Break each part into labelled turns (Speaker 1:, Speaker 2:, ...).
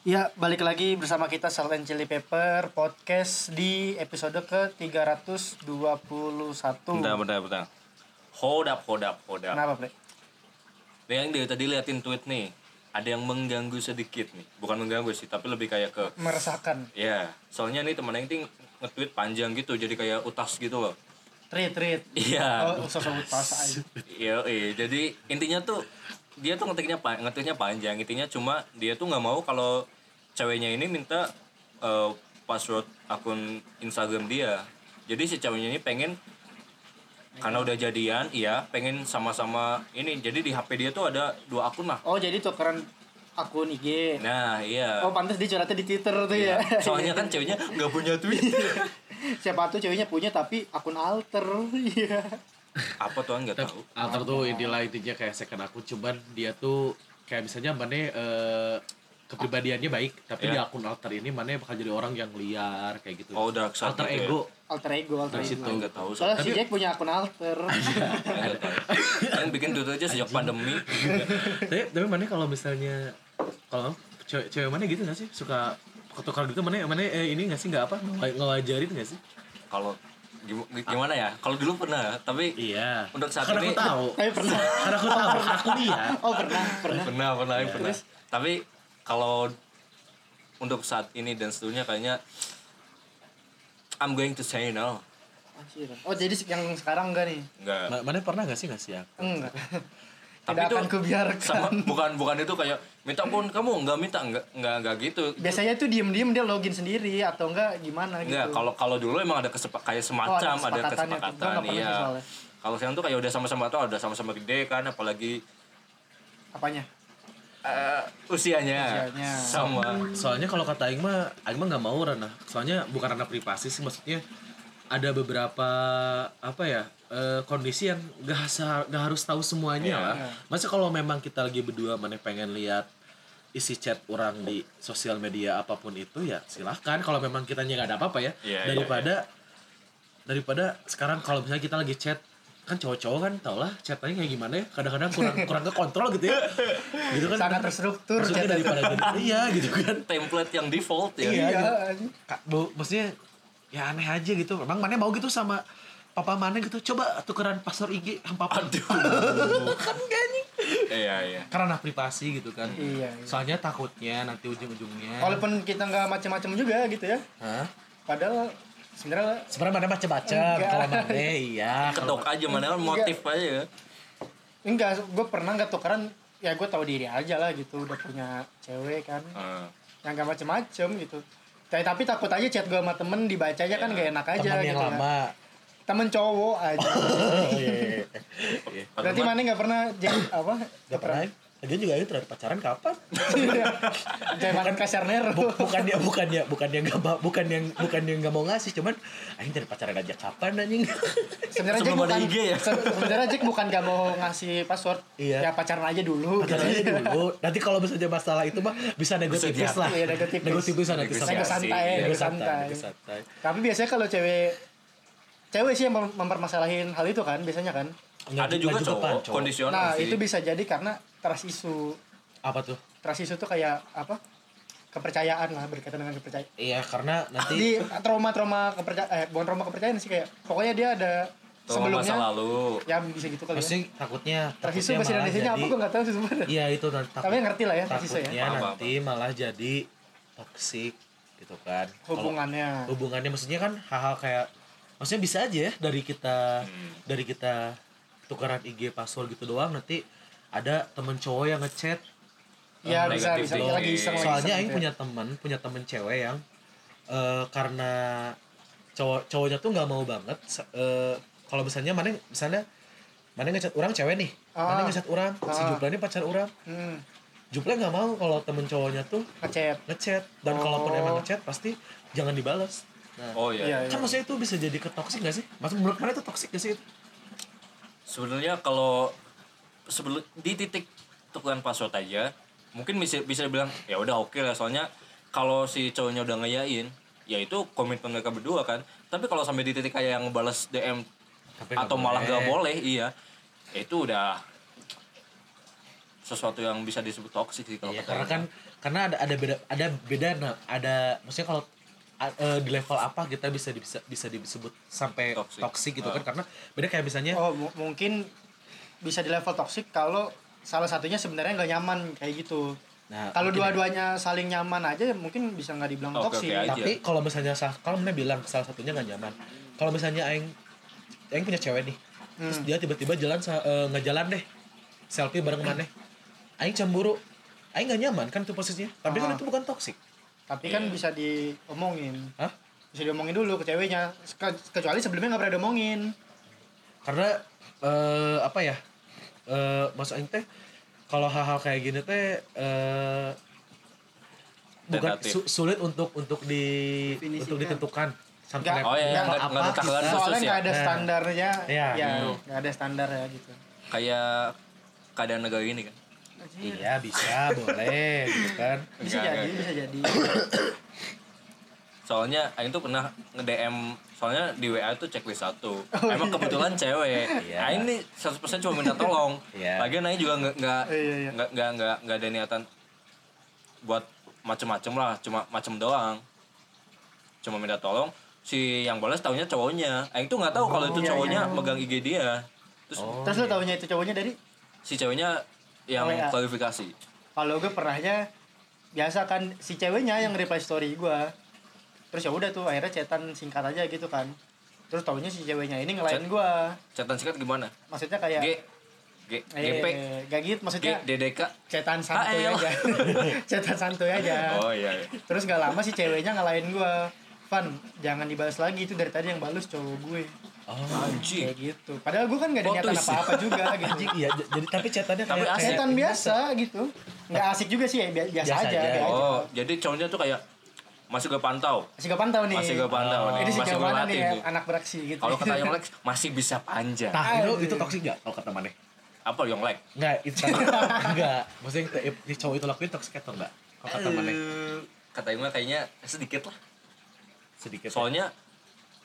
Speaker 1: Ya, balik lagi bersama kita Salt and Chili Pepper podcast di episode ke-321.
Speaker 2: Bentar, bentar, bentar. Hold up, hold up, hold up. Nah,
Speaker 1: Kenapa, Bre?
Speaker 2: Yang dari tadi liatin tweet nih, ada yang mengganggu sedikit nih. Bukan mengganggu sih, tapi lebih kayak ke
Speaker 1: Meresahkan.
Speaker 2: ya. Soalnya nih teman Aing ting nge-tweet panjang gitu, jadi kayak utas gitu loh.
Speaker 1: Treat, treat.
Speaker 2: Iya.
Speaker 1: Oh, usah sebut pas aja.
Speaker 2: Iya, iya. Jadi intinya tuh dia tuh ngetiknya pa- ngetiknya panjang. Intinya cuma dia tuh nggak mau kalau ceweknya ini minta eh, password akun Instagram dia. Jadi si ceweknya ini pengen karena udah jadian, iya, pengen sama-sama ini. Jadi di HP dia tuh ada dua akun lah.
Speaker 1: Oh, jadi tukeran akun IG.
Speaker 2: Nah, iya.
Speaker 1: Oh, pantas dia curhatnya di Twitter tuh
Speaker 2: Iya.
Speaker 1: ya.
Speaker 2: Soalnya kan ceweknya nggak punya Twitter.
Speaker 1: Siapa tuh ceweknya punya tapi akun alter. Iya.
Speaker 2: Apa tuh nggak tahu.
Speaker 3: Alter tuh inilah intinya kayak second aku cuman dia tuh kayak misalnya Mane eh, kepribadiannya baik tapi
Speaker 2: Iya.
Speaker 3: di akun alter ini Mane bakal jadi orang yang liar kayak gitu.
Speaker 2: Oh, dark side
Speaker 3: alter
Speaker 2: gitu ya.
Speaker 3: ego.
Speaker 1: Alter ego, alter
Speaker 3: Dari
Speaker 1: ego.
Speaker 3: situ.
Speaker 2: Nggak tahu.
Speaker 1: Soalnya si
Speaker 3: Tapi-
Speaker 1: Jack punya akun alter.
Speaker 2: Nggak tahu. Yang bikin Twitter aja sejak pandemi.
Speaker 3: tapi, tapi Mane kalau misalnya kalau cewek, cewek Mane gitu gak sih suka ketukar gitu Mane Mane eh, ini gak sih nggak apa ngewa- ngewajarin gak sih?
Speaker 2: Kalau gim- gimana ya? Kalau dulu pernah, tapi
Speaker 3: Iya.
Speaker 2: Untuk saat
Speaker 3: Karena
Speaker 2: ini-
Speaker 3: aku tahu.
Speaker 1: Tapi pernah.
Speaker 3: Karena aku tahu. Aku lihat.
Speaker 1: Oh, pernah, pernah.
Speaker 2: pernah pernah Iya, pernah tapi kalau untuk saat ini dan seterusnya kayaknya I'm going to say no
Speaker 1: Anjir. Oh, jadi yang sekarang enggak nih?
Speaker 2: enggak
Speaker 3: Ma- Mane pernah gak sih ngasih aku?
Speaker 1: Enggak.
Speaker 2: Tapi
Speaker 1: Tidak
Speaker 2: itu
Speaker 1: akan kubiarkan.
Speaker 2: sama bukan bukan itu kayak minta pun kamu nggak minta nggak nggak nggak gitu
Speaker 1: Biasanya tuh diem-diem dia login sendiri atau enggak gimana gitu.
Speaker 2: nggak kalau kalau dulu emang ada kesepa, kayak semacam
Speaker 1: Oh, ada
Speaker 2: ada
Speaker 1: kesepakatannya tuh. Gua
Speaker 2: kesepakatan
Speaker 1: nggak pernah
Speaker 2: iya
Speaker 1: sih soalnya.
Speaker 2: kalau sekarang tuh kayak udah sama-sama tau udah sama-sama gede kan apalagi
Speaker 1: apanya?
Speaker 2: eh, usianya,
Speaker 1: Usianya.
Speaker 2: sama
Speaker 3: Soalnya kalau kata Aing mah, Aing mah nggak mau ranah. Soalnya bukan ranah privasi sih, maksudnya ada beberapa apa ya eh, kondisi yang gak, sa- nggak harus tahu semuanya
Speaker 2: Iya.
Speaker 3: lah. Masa kalau memang kita lagi berdua mana pengen lihat isi chat orang di sosial media apapun itu ya silahkan. Kalau memang kitanya nggak ada apa-apa ya
Speaker 2: Iya, iya,
Speaker 3: daripada daripada sekarang kalau misalnya kita lagi chat kan cowok-cowok kan tau lah chatnya kayak gimana ya kadang-kadang kurang kurang ke kontrol gitu ya gitu kan
Speaker 1: Sangat terstruktur
Speaker 3: maksudnya
Speaker 1: chat.
Speaker 3: daripada jadi- iya gitu kan
Speaker 2: template yang default ya
Speaker 3: Iya, gitu.
Speaker 1: anjing.
Speaker 3: Kak, bu, maksudnya ya aneh aja gitu. Emang mana mau gitu sama papa mana gitu. Coba tukeran password IG sama papa.
Speaker 2: Aduh.
Speaker 3: kan gak nih.
Speaker 2: iya iya
Speaker 3: Karena privasi gitu kan.
Speaker 1: Iya, iya.
Speaker 3: Soalnya takutnya nanti ujung-ujungnya.
Speaker 1: Walaupun kita nggak macem-macem juga gitu ya.
Speaker 3: Hah?
Speaker 1: Padahal sebenarnya
Speaker 3: Sebenarnya mana baca-baca
Speaker 1: Enggak.
Speaker 3: kalau mana iya.
Speaker 2: ketok aja mana kan motif aja
Speaker 1: enggak gue pernah nggak tukeran ya gue tahu diri aja lah gitu udah punya cewek kan
Speaker 2: Heeh.
Speaker 1: yang gak macem-macem gitu tapi, tapi takut aja chat gue sama temen dibacanya kan gak enak aja
Speaker 3: Teman
Speaker 1: gitu
Speaker 3: yang
Speaker 1: kan.
Speaker 3: lama.
Speaker 1: temen cowok aja
Speaker 3: Oh iya. iya.
Speaker 1: berarti mana nggak pernah jadi apa
Speaker 3: Gak pernah. Lagian juga itu terakhir pacaran kapan?
Speaker 1: jangan kasar nero
Speaker 3: Bu- bukan dia bukan dia bukan dia nggak ma- bukan yang bukan yang nggak mau ngasih cuman anjing dari pacaran aja kapan anjing
Speaker 1: sebenarnya Jack
Speaker 2: Sebelum ada
Speaker 1: bukan
Speaker 2: IG ya?
Speaker 1: se- sebenarnya Jack bukan gak mau ngasih password
Speaker 3: Iya.
Speaker 1: ya pacaran aja dulu gitu.
Speaker 3: Pacaran aja dulu. Nanti kalau misalnya masalah itu mah bisa nego
Speaker 2: Bisa
Speaker 3: tipis
Speaker 2: diatur.
Speaker 3: lah.
Speaker 1: Iya, nego tipis.
Speaker 3: Nego tipisan nanti sama.
Speaker 1: Nego santai,
Speaker 2: Iya,
Speaker 1: nego santai.
Speaker 3: nego santai.
Speaker 1: tapi biasanya kalau cewek cewek sih yang mem- mempermasalahin hal itu kan biasanya kan
Speaker 3: Nggak
Speaker 2: ada
Speaker 3: ju-
Speaker 2: juga
Speaker 3: nggak
Speaker 2: cowok,
Speaker 3: pan,
Speaker 2: kondisional
Speaker 1: nah
Speaker 2: sih.
Speaker 1: itu bisa jadi karena trust isu
Speaker 3: Apa tuh?
Speaker 1: trust isu tuh kayak apa kepercayaan lah berkaitan dengan kepercayaan
Speaker 3: Iya, karena nanti
Speaker 1: di trauma-trauma kepercayaan eh bukan trauma kepercayaan sih kayak pokoknya dia ada
Speaker 2: Trauma
Speaker 1: sebelumnya
Speaker 2: masa lalu.
Speaker 1: ya bisa gitu kali ya
Speaker 3: pasti takutnya
Speaker 1: trust isu bahasa
Speaker 3: takutnya malah
Speaker 1: Indonesia nya apa
Speaker 3: jadi-
Speaker 1: gue nggak tahu sih sebenarnya
Speaker 3: Iya, itu nanti
Speaker 1: tapi ngerti lah ya trust isu ya
Speaker 3: takutnya
Speaker 2: Apa-apa.
Speaker 3: nanti malah jadi toksik gitu kan. Kalau-
Speaker 1: hubungannya
Speaker 3: hubungannya maksudnya kan hal-hal kayak maksudnya bisa aja ya dari kita dari kita tukaran IG password gitu doang nanti ada temen cowok yang ngechat
Speaker 1: ya bisa
Speaker 2: Negatif
Speaker 1: bisa
Speaker 2: thinking.
Speaker 1: lagi iseng lagi
Speaker 3: soalnya
Speaker 1: iseng
Speaker 3: Aing
Speaker 1: gitu ya.
Speaker 3: punya temen punya temen cewek yang eh, karena cowok cowoknya tuh nggak mau banget se- eh, kalau misalnya mana misalnya mana ngechat orang cewek nih
Speaker 1: Ah.
Speaker 3: mana ngechat orang si
Speaker 1: Ah.
Speaker 3: Jupla ini pacar orang
Speaker 1: hmm,
Speaker 3: Jupla nggak mau kalau temen cowoknya tuh
Speaker 1: ngechat
Speaker 3: ngechat dan kalaupun
Speaker 1: Oh.
Speaker 3: emang ngechat pasti jangan dibalas nah,
Speaker 2: oh iya.
Speaker 1: iya iya
Speaker 3: kan maksudnya itu bisa jadi ke toxic gak sih? Mas menurut mana itu toxic gak sih? itu?
Speaker 2: Sebenarnya kalau sebelum di titik tukeran password aja, mungkin bisa bisa bilang ya udah oke lah soalnya kalau si cowoknya udah ngeyain, ya itu komitmen mereka berdua kan. Tapi kalau sampai di titik kayak yang balas DM
Speaker 3: Tapi nggak
Speaker 2: atau malah
Speaker 3: boleh.
Speaker 2: nggak boleh, iya. ya itu udah sesuatu yang bisa disebut toksik sih kalau
Speaker 3: Iya,
Speaker 2: kata
Speaker 3: karena
Speaker 2: orang.
Speaker 3: kan karena ada ada beda ada beda nah, ada maksudnya kalau a- eh, di level apa kita bisa di- bisa bisa disebut sampai
Speaker 2: Toxic.
Speaker 3: toksik gitu kan karena beda kayak misalnya
Speaker 1: Oh, mu- mungkin bisa di level toksik kalau salah satunya sebenarnya nggak nyaman kayak gitu.
Speaker 3: Nah,
Speaker 1: kalau
Speaker 3: mungkin ya.
Speaker 1: dua-duanya saling nyaman aja ya mungkin bisa nggak dibilang
Speaker 2: Oke,
Speaker 1: toksik.
Speaker 2: oke aja.
Speaker 3: tapi kalau misalnya salah kalau mana bilang salah satunya nggak nyaman kalau misalnya aing aing punya cewek nih terus dia tiba-tiba jalan sa- eh, nggak jalan deh selfie bareng maneh aing cemburu aing nggak nyaman kan itu posisinya tapi kan
Speaker 1: Ah.
Speaker 3: itu bukan toksik
Speaker 1: Tapi kan
Speaker 3: Iya.
Speaker 1: bisa diomongin.
Speaker 3: Hah?
Speaker 1: Bisa diomongin dulu ke ceweknya. Ke- Kecuali sebelumnya nggak pernah diomongin.
Speaker 3: karena eh apa ya eh maksud aing teh kalau hal-hal kayak gini teh eh bukan
Speaker 2: Tentatif.
Speaker 3: su- sulit untuk untuk di
Speaker 1: Definisikan.
Speaker 3: untuk ditentukan sampai
Speaker 1: Nggak-
Speaker 3: level
Speaker 2: Oh ya,
Speaker 1: Nggak
Speaker 2: nggak nggak ada takaran
Speaker 3: kita-
Speaker 2: khusus
Speaker 1: Soalnya
Speaker 2: ya.
Speaker 1: nggak ada
Speaker 3: Nah.
Speaker 1: standarnya.
Speaker 3: Iya.
Speaker 1: ya,
Speaker 3: Hmm.
Speaker 1: nggak ada standar ya gitu.
Speaker 2: Kayak keadaan negara ini kan.
Speaker 3: iya bisa boleh gitu kan
Speaker 1: Bisa
Speaker 2: Nggak,
Speaker 1: jadi,
Speaker 2: nggak.
Speaker 1: bisa jadi.
Speaker 2: Soalnya Aing tuh pernah nge-DM soalnya di WA tuh checklist satu.
Speaker 1: Oh,
Speaker 2: Emang kebetulan cewek.
Speaker 3: Iya.
Speaker 2: Aing nih 100% cuma minta tolong.
Speaker 3: Iya.
Speaker 2: Lagian Aing juga nggak nggak
Speaker 1: Iya, iya.
Speaker 2: nggak nggak nggak nggak ada niatan buat macem-macem lah, cuma macem doang. Cuma minta tolong si yang balas taunya cowoknya. Aing tuh nggak tahu kalau itu
Speaker 1: iya,
Speaker 2: cowoknya
Speaker 1: iya.
Speaker 2: megang IG dia. Terus
Speaker 3: Oh,
Speaker 1: Terus lo
Speaker 3: iya.
Speaker 1: taunya itu cowoknya dari
Speaker 2: si ceweknya yang
Speaker 1: WA.
Speaker 2: klarifikasi.
Speaker 1: kalau gue pernahnya biasa kan si ceweknya yang reply story gue terus ya udah tuh akhirnya cetan singkat aja gitu kan terus taunya si ceweknya ini ngelain
Speaker 2: Chat-
Speaker 1: gue
Speaker 2: Catatan singkat gimana?
Speaker 1: maksudnya kayak
Speaker 2: G G
Speaker 1: eh,
Speaker 2: GP
Speaker 1: gak gitu
Speaker 2: G
Speaker 1: maksudnya
Speaker 2: DDK.
Speaker 1: cetan santuy
Speaker 2: HL.
Speaker 1: aja cetan santuy aja
Speaker 2: Oh iya. iya.
Speaker 1: terus gak lama si ceweknya ngelain gue Van, jangan dibalas lagi itu dari tadi yang balas cowok gue
Speaker 3: oh
Speaker 2: Anjing.
Speaker 1: kayak gitu padahal gue kan gak ada
Speaker 2: Foto
Speaker 1: niatan
Speaker 2: isi.
Speaker 1: apa-apa juga gitu
Speaker 3: iya j- jadi tapi catatannya
Speaker 2: Tapi
Speaker 3: kayak
Speaker 2: asik.
Speaker 3: kayak-
Speaker 1: cetan biasa gitu nggak asik juga sih ya, bi- biasa,
Speaker 3: Biasa
Speaker 1: aja,
Speaker 3: aja.
Speaker 1: kayak aja.
Speaker 2: Oh, jadi cowoknya tuh kayak masih gak pantau.
Speaker 1: masih gak pantau nih
Speaker 2: Masih gak pantau
Speaker 1: Iya.
Speaker 2: nih.
Speaker 1: Oh, Ini
Speaker 2: Oh, masih
Speaker 1: sejauh
Speaker 2: gue
Speaker 1: mana
Speaker 2: latih
Speaker 1: nih ya, Nah.
Speaker 2: nih.
Speaker 1: anak beraksi gitu.
Speaker 2: Kalau kata Yonglek masih bisa panjang.
Speaker 3: Tah, itu itu
Speaker 1: Aduh.
Speaker 3: toksik gak
Speaker 2: Oh,
Speaker 3: kalau kata maneh
Speaker 2: Apa Yonglek?
Speaker 3: Enggak, itu enggak. Maksudnya yang te- cowok itu lakuin toksik atau enggak? Kalau kata maneh
Speaker 2: Eh, Kata Yonglek kayaknya sedikit lah. Gitu.
Speaker 3: sedikit. ya.
Speaker 2: Soalnya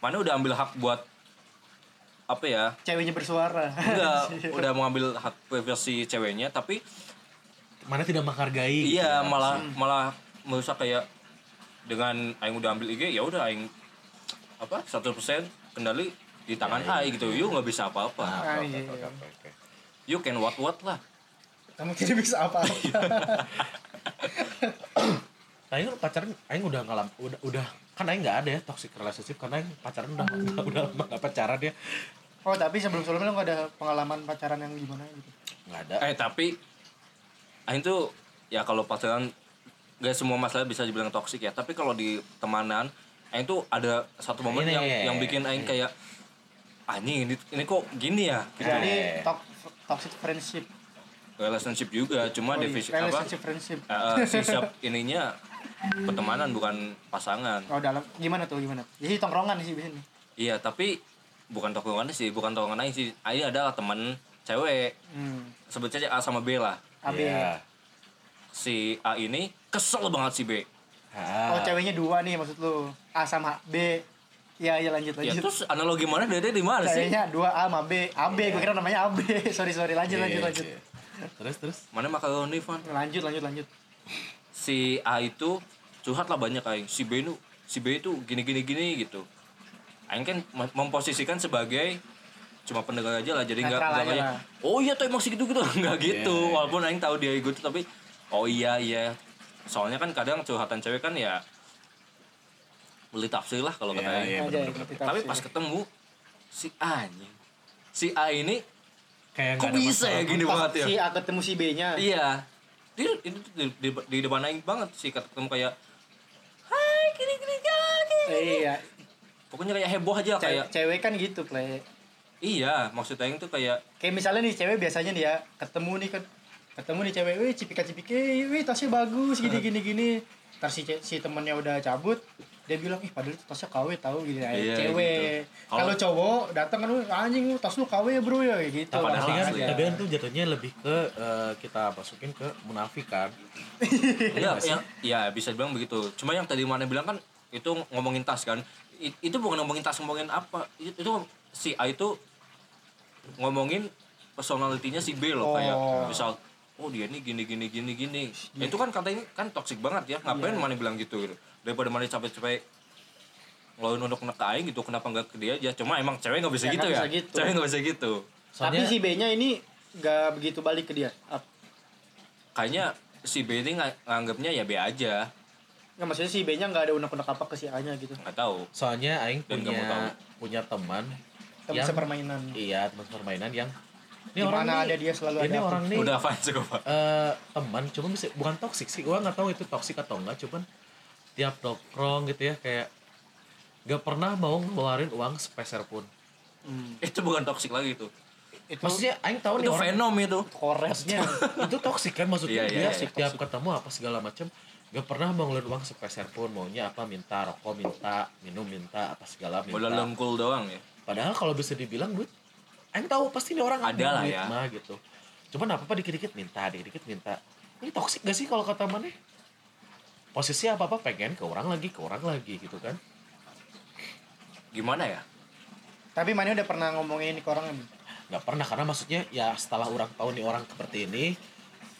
Speaker 2: mana udah ambil hak buat apa ya?
Speaker 1: ceweknya bersuara.
Speaker 2: Udah udah mengambil hak privasi ceweknya tapi
Speaker 3: mana tidak menghargai. gitu kan.
Speaker 2: Iya, malah malah merusak kayak dengan aing udah ambil IG ya udah aing apa 100% kendali di tangan
Speaker 1: Iya,
Speaker 2: aing gitu. You nggak bisa apa-apa.
Speaker 1: Ah, iya.
Speaker 2: You can what what lah.
Speaker 1: Kamu tidak bisa apa-apa.
Speaker 3: Nah, ini pacaran aing udah ngalam udah, udah kan aing enggak ada ya toxic relationship karena aing pacaran udah udah, udah lama enggak pacaran ya.
Speaker 1: oh tapi sebelum sebelumnya lo gak ada pengalaman pacaran yang gimana gitu?
Speaker 3: Enggak ada.
Speaker 2: Eh tapi aing tuh ya kalau pacaran gak semua masalah bisa dibilang toksik ya. Tapi kalau di temanan aing tuh ada satu momen
Speaker 3: Ini.
Speaker 2: yang yang bikin aing kayak anjing ini, ini kok gini ya gitu.
Speaker 1: Jadi
Speaker 3: Eh.
Speaker 1: to- toxic friendship.
Speaker 2: Relationship juga cuma
Speaker 1: Oh, iya,
Speaker 2: divisi apa?
Speaker 1: relationship friendship.
Speaker 2: Eh, eh, sisap ininya pertemanan bukan pasangan.
Speaker 1: Oh dalam gimana tuh gimana? Jadi tongkrongan sih di sini.
Speaker 2: Iya, tapi bukan tongkrongan sih, bukan tongkrongan aing sih. Aing adalah teman cewek.
Speaker 1: Hmm.
Speaker 2: Sebut saja A sama B lah.
Speaker 1: Abi.
Speaker 3: Iya.
Speaker 2: Si A ini kesel banget si B.
Speaker 1: Oh
Speaker 3: Ah.
Speaker 1: ceweknya dua nih maksud lu. A sama B. Iya iya lanjut
Speaker 2: Ya
Speaker 1: lanjut.
Speaker 2: terus analogi mana dari di mana sih?
Speaker 1: Ceweknya dua A sama B. AB gue kira namanya AB. sorry sorry lanjut
Speaker 3: Iya,
Speaker 1: lanjut
Speaker 3: iya,
Speaker 1: lanjut.
Speaker 3: iya. Terus terus.
Speaker 2: Mana makaroni Van?
Speaker 1: Lanjut lanjut lanjut.
Speaker 2: Si A itu curhat lah banyak aing. Si B nu si B itu gini gini gini gitu. Aing kan mem- memposisikan sebagai cuma pendengar aja lah jadi nggak
Speaker 1: Netral
Speaker 2: nggak
Speaker 1: aja
Speaker 2: kayak
Speaker 1: lah.
Speaker 2: oh iya tuh emang segitu gitu nggak gitu
Speaker 3: Iya.
Speaker 2: walaupun aing tahu dia gitu tapi oh iya iya soalnya kan kadang curhatan cewek kan ya beli tafsir lah kalau kata
Speaker 3: Iya,
Speaker 2: aing.
Speaker 3: iya.
Speaker 1: Aja,
Speaker 3: bener-bener.
Speaker 1: ngerti
Speaker 2: tapi
Speaker 1: tafsir.
Speaker 2: pas ketemu si A nih si A ini
Speaker 3: Kayak
Speaker 2: kok
Speaker 3: nggak ada
Speaker 2: bisa ya
Speaker 3: masalah.
Speaker 2: gini
Speaker 1: Pas
Speaker 2: banget ya
Speaker 1: Si A ketemu si B-nya.
Speaker 2: Iya. Di, itu di, di, di depan aing banget sih ketemu kayak Hai, gini gini gini.
Speaker 1: Iya.
Speaker 2: Pokoknya kayak heboh aja
Speaker 1: Cewek,
Speaker 2: kayak
Speaker 1: cewek kan gitu, play.
Speaker 2: iya, maksud aing tuh kayak
Speaker 1: Kayak misalnya nih cewek biasanya nih ya ketemu nih kan ketemu nih cewek, wih cipika-cipiki, wih tasnya bagus gini gini gini. Ntar si, ce- si temennya udah cabut, dia bilang, ih padahal itu tasnya KW tahu gini aja.
Speaker 2: Iya,
Speaker 1: cewek.
Speaker 2: gitu. Kalau-
Speaker 1: Kalau cowok datang kan, "Wih, anjing lu tas lu KW ya bro ya kayak gitu.
Speaker 2: Nah, padahal
Speaker 3: Tapi
Speaker 1: langsung
Speaker 3: kan
Speaker 2: asli.
Speaker 1: aja.
Speaker 3: tapi kan tuh jatuhnya lebih ke eh, kita masukin ke kan. munafikan.
Speaker 1: Iya,
Speaker 2: enggak ya, ya bisa bilang begitu. Cuma yang tadi mana bilang kan itu ngomongin tas kan. I- itu bukan ngomongin tas, ngomongin apa. I- Itu, si A itu ngomongin personalitinya si B loh kayak
Speaker 1: Oh.
Speaker 2: misal oh dia ini gini gini gini gini
Speaker 1: Iya.
Speaker 2: Nah, itu kan katanya kan toksik banget ya ngapain mana bilang gitu, gitu. daripada mana capek-capek ngeluarin untuk kena ke aing gitu kenapa nggak ke dia aja cuma emang cewek nggak bisa
Speaker 1: Cewek
Speaker 2: gitu
Speaker 1: nggak
Speaker 2: ya
Speaker 1: bisa gitu.
Speaker 2: cewek nggak bisa gitu
Speaker 1: Tapi
Speaker 3: Soalnya-
Speaker 1: si B-nya ini gak begitu balik ke dia. Ap-
Speaker 2: kayaknya si B ini nga- nganggapnya ya B aja
Speaker 1: Nggak maksudnya si B-nya nggak ada unek-unek apa ke si A-nya gitu.
Speaker 2: nggak tahu
Speaker 3: soalnya aing
Speaker 2: Dan
Speaker 3: punya
Speaker 2: kamu tahu.
Speaker 3: punya teman
Speaker 1: Tapi
Speaker 3: yang
Speaker 1: sepermainan.
Speaker 3: iya teman permainan yang
Speaker 1: Di
Speaker 3: ini orang
Speaker 1: mana
Speaker 3: nih-
Speaker 1: ada dia selalu
Speaker 3: ini
Speaker 1: ada aku.
Speaker 3: orang nih
Speaker 2: udah fans juga pak
Speaker 3: eh, teman cuma bisa bukan toksik sih gua nggak tahu itu toksik atau enggak cuman tiap nongkrong gitu ya kayak gak pernah mau ngeluarin uang sepeser pun
Speaker 2: itu bukan toksik lagi itu
Speaker 1: Itu
Speaker 3: maksudnya aing tahu nih
Speaker 2: itu
Speaker 3: orang
Speaker 2: venom itu
Speaker 1: kores.
Speaker 3: maksudnya itu toksik kan maksudnya
Speaker 2: Iya, iya,
Speaker 3: dia
Speaker 2: iya,
Speaker 3: tiap ketemu apa segala macam gak pernah mau ngeluarin uang sepeser pun maunya apa minta rokok minta minum minta apa segala minta
Speaker 2: bola lengkul doang ya
Speaker 3: Padahal kalau bisa dibilang duit, Aing tahu pasti ini orang
Speaker 2: Ada
Speaker 3: ngambil
Speaker 2: lah
Speaker 3: duit
Speaker 2: ya.
Speaker 3: mah gitu. Cuman apa apa dikit-dikit minta, dikit-dikit minta. Ini toksik gak sih kalau kata mana? Posisi apa apa pengen ke orang lagi, ke orang lagi gitu kan?
Speaker 2: gimana ya
Speaker 1: Tapi mana udah pernah ngomongin ke orang Em?
Speaker 3: Gak pernah karena maksudnya ya setelah orang tahu nih orang seperti ini,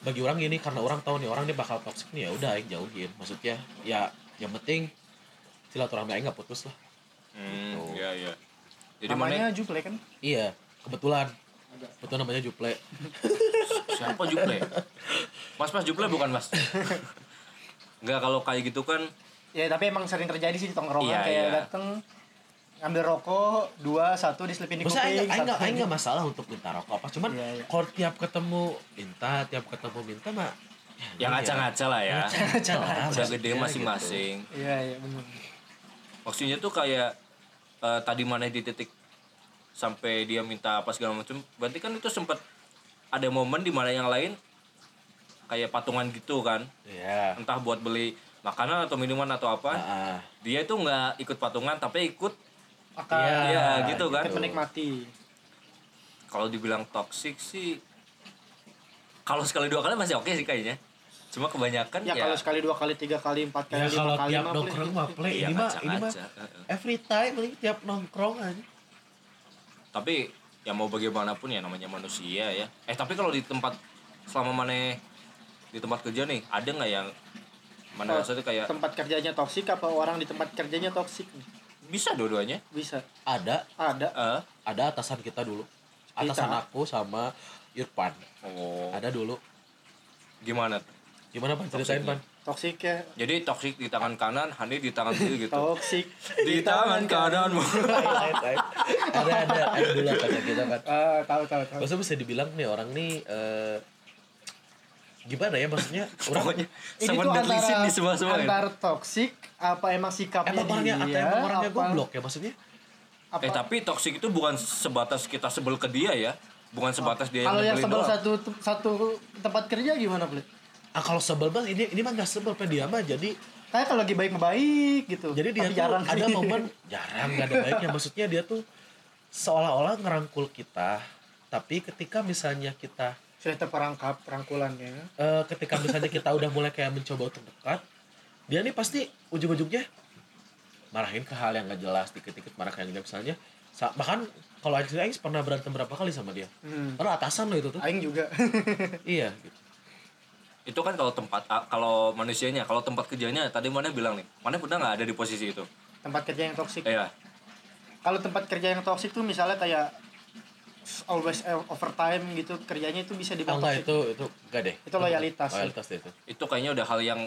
Speaker 3: bagi orang gini karena orang tahu nih orang dia bakal toksik nih ya udah Aing jauhin. Maksudnya ya yang penting silaturahmi Aing gak putus lah.
Speaker 2: hmm
Speaker 3: Gitu.
Speaker 2: iya iya jadi mana
Speaker 1: Namanya Juple kan?
Speaker 3: Iya kebetulan. Betul namanya Juple.
Speaker 2: siapa Juple mas mas Juple bukan mas nggak kalau kayak gitu kan
Speaker 1: Ya tapi emang sering terjadi sih di tongkrongan
Speaker 2: Iya,
Speaker 1: kayak
Speaker 2: iya.
Speaker 1: dateng ambil rokok dua satu diselipin di kuping.
Speaker 3: Maksudnya aing- aing nggak aing
Speaker 1: satu.
Speaker 3: nggak masalah untuk minta rokok apa cuman
Speaker 1: gitu. Iya, iya.
Speaker 3: kalau tiap ketemu minta tiap ketemu minta mah ya, Iya.
Speaker 2: yang ngaca-ngaca lah ya
Speaker 3: ngaca
Speaker 2: udah gede
Speaker 3: gitu.
Speaker 2: masing-masing
Speaker 1: Iya iya benar.
Speaker 2: maksudnya tuh kayak eh, tadi mana di titik sampai dia minta apa segala macam berarti kan itu sempat ada momen di mana yang lain kayak patungan gitu kan
Speaker 3: Iya.
Speaker 2: entah buat beli makanan atau minuman atau apa
Speaker 3: Ah, ah.
Speaker 2: dia itu nggak ikut patungan tapi ikut
Speaker 1: Akan
Speaker 3: Iya,
Speaker 2: ya gitu kan
Speaker 1: ikut menikmati.
Speaker 2: kalau dibilang toksik sih kalau sekali dua kali masih oke sih kayaknya cuma kebanyakan
Speaker 1: Ya,
Speaker 2: ya,
Speaker 1: kalau sekali dua kali tiga kali empat kali
Speaker 3: Ya
Speaker 1: lima
Speaker 3: kalau
Speaker 1: kali
Speaker 3: tiap
Speaker 1: mah boleh.
Speaker 3: nongkrong mah play
Speaker 2: Iya,
Speaker 3: ini mah ini mah
Speaker 2: ngaca-ngaca. Heeh.
Speaker 3: every time ini tiap nongkrong aja.
Speaker 2: tapi ya mau bagaimanapun ya namanya manusia ya eh tapi kalau di tempat selama mana di tempat kerja nih ada nggak yang mana
Speaker 1: Oh,
Speaker 2: rasanya kayak
Speaker 1: tempat kerjanya toksik apa orang di tempat kerjanya toksik nih?
Speaker 2: bisa dua-duanya
Speaker 1: bisa
Speaker 3: Ada
Speaker 1: ada
Speaker 2: Eh,
Speaker 3: ada atasan kita dulu. Atasan
Speaker 1: Kita.
Speaker 3: aku sama Irfan.
Speaker 2: oh
Speaker 3: Ada dulu.
Speaker 2: gimana tuh?
Speaker 3: Gimana Pan ceritain Pan?
Speaker 1: toksik ya
Speaker 2: jadi toksik di tangan kanan Hani di tangan kiri gitu
Speaker 1: toksik
Speaker 2: di tangan kan. kananmu
Speaker 3: ada ada ada dulu atasan kita Pan.
Speaker 1: Eh, tahu tahu tahu
Speaker 3: Maksudnya bisa dibilang nih orang nih eh, gimana ya maksudnya orang
Speaker 2: pokoknya sama delisik di ya? kan? semua semua
Speaker 1: antara toksik apa emang sikapnya
Speaker 3: emang orangnya
Speaker 1: dia
Speaker 3: atau emang orangnya
Speaker 1: apa-
Speaker 3: goblok ya maksudnya
Speaker 1: apa-
Speaker 2: eh tapi toksik itu bukan sebatas kita sebel ke dia ya bukan sebatas dia
Speaker 1: Oh, kalau yang
Speaker 2: nyebelin
Speaker 1: sebel
Speaker 2: Iya, doang.
Speaker 1: satu satu tempat kerja gimana boleh
Speaker 3: ah kalau sebel banget ini ini mah nggak sebel Pak. dia mah jadi
Speaker 1: kayak kalau lagi baik baik gitu
Speaker 3: jadi
Speaker 1: Tapi
Speaker 3: dia tuh ada momen jarang nggak ada baiknya maksudnya dia tuh seolah-olah ngerangkul kita tapi ketika misalnya kita
Speaker 1: sudah terperangkap rangkulannya
Speaker 3: eh, ketika misalnya kita udah mulai kayak mencoba untuk dekat dia nih pasti ujung-ujungnya marahin ke hal yang nggak jelas dikit-dikit marah kayak gitu misalnya sa- bahkan kalau Aing sendiri, Aing pernah berantem berapa kali sama dia
Speaker 1: hmm.
Speaker 3: karena atasan loh itu tuh
Speaker 1: aing juga
Speaker 3: iya gitu.
Speaker 2: itu kan kalau tempat ah, kalau manusianya kalau tempat kerjanya tadi mana bilang nih mana pernah nggak ada di posisi itu
Speaker 1: tempat kerja yang toksik
Speaker 2: ya
Speaker 1: kalau tempat kerja yang toksik tuh misalnya kayak always e, overtime gitu kerjanya itu bisa
Speaker 3: Ah,
Speaker 1: dibilang
Speaker 3: enggak
Speaker 1: toksik
Speaker 3: itu itu enggak deh
Speaker 1: Itu loyalitas.
Speaker 3: loyalitas deh itu
Speaker 2: itu kayaknya udah hal yang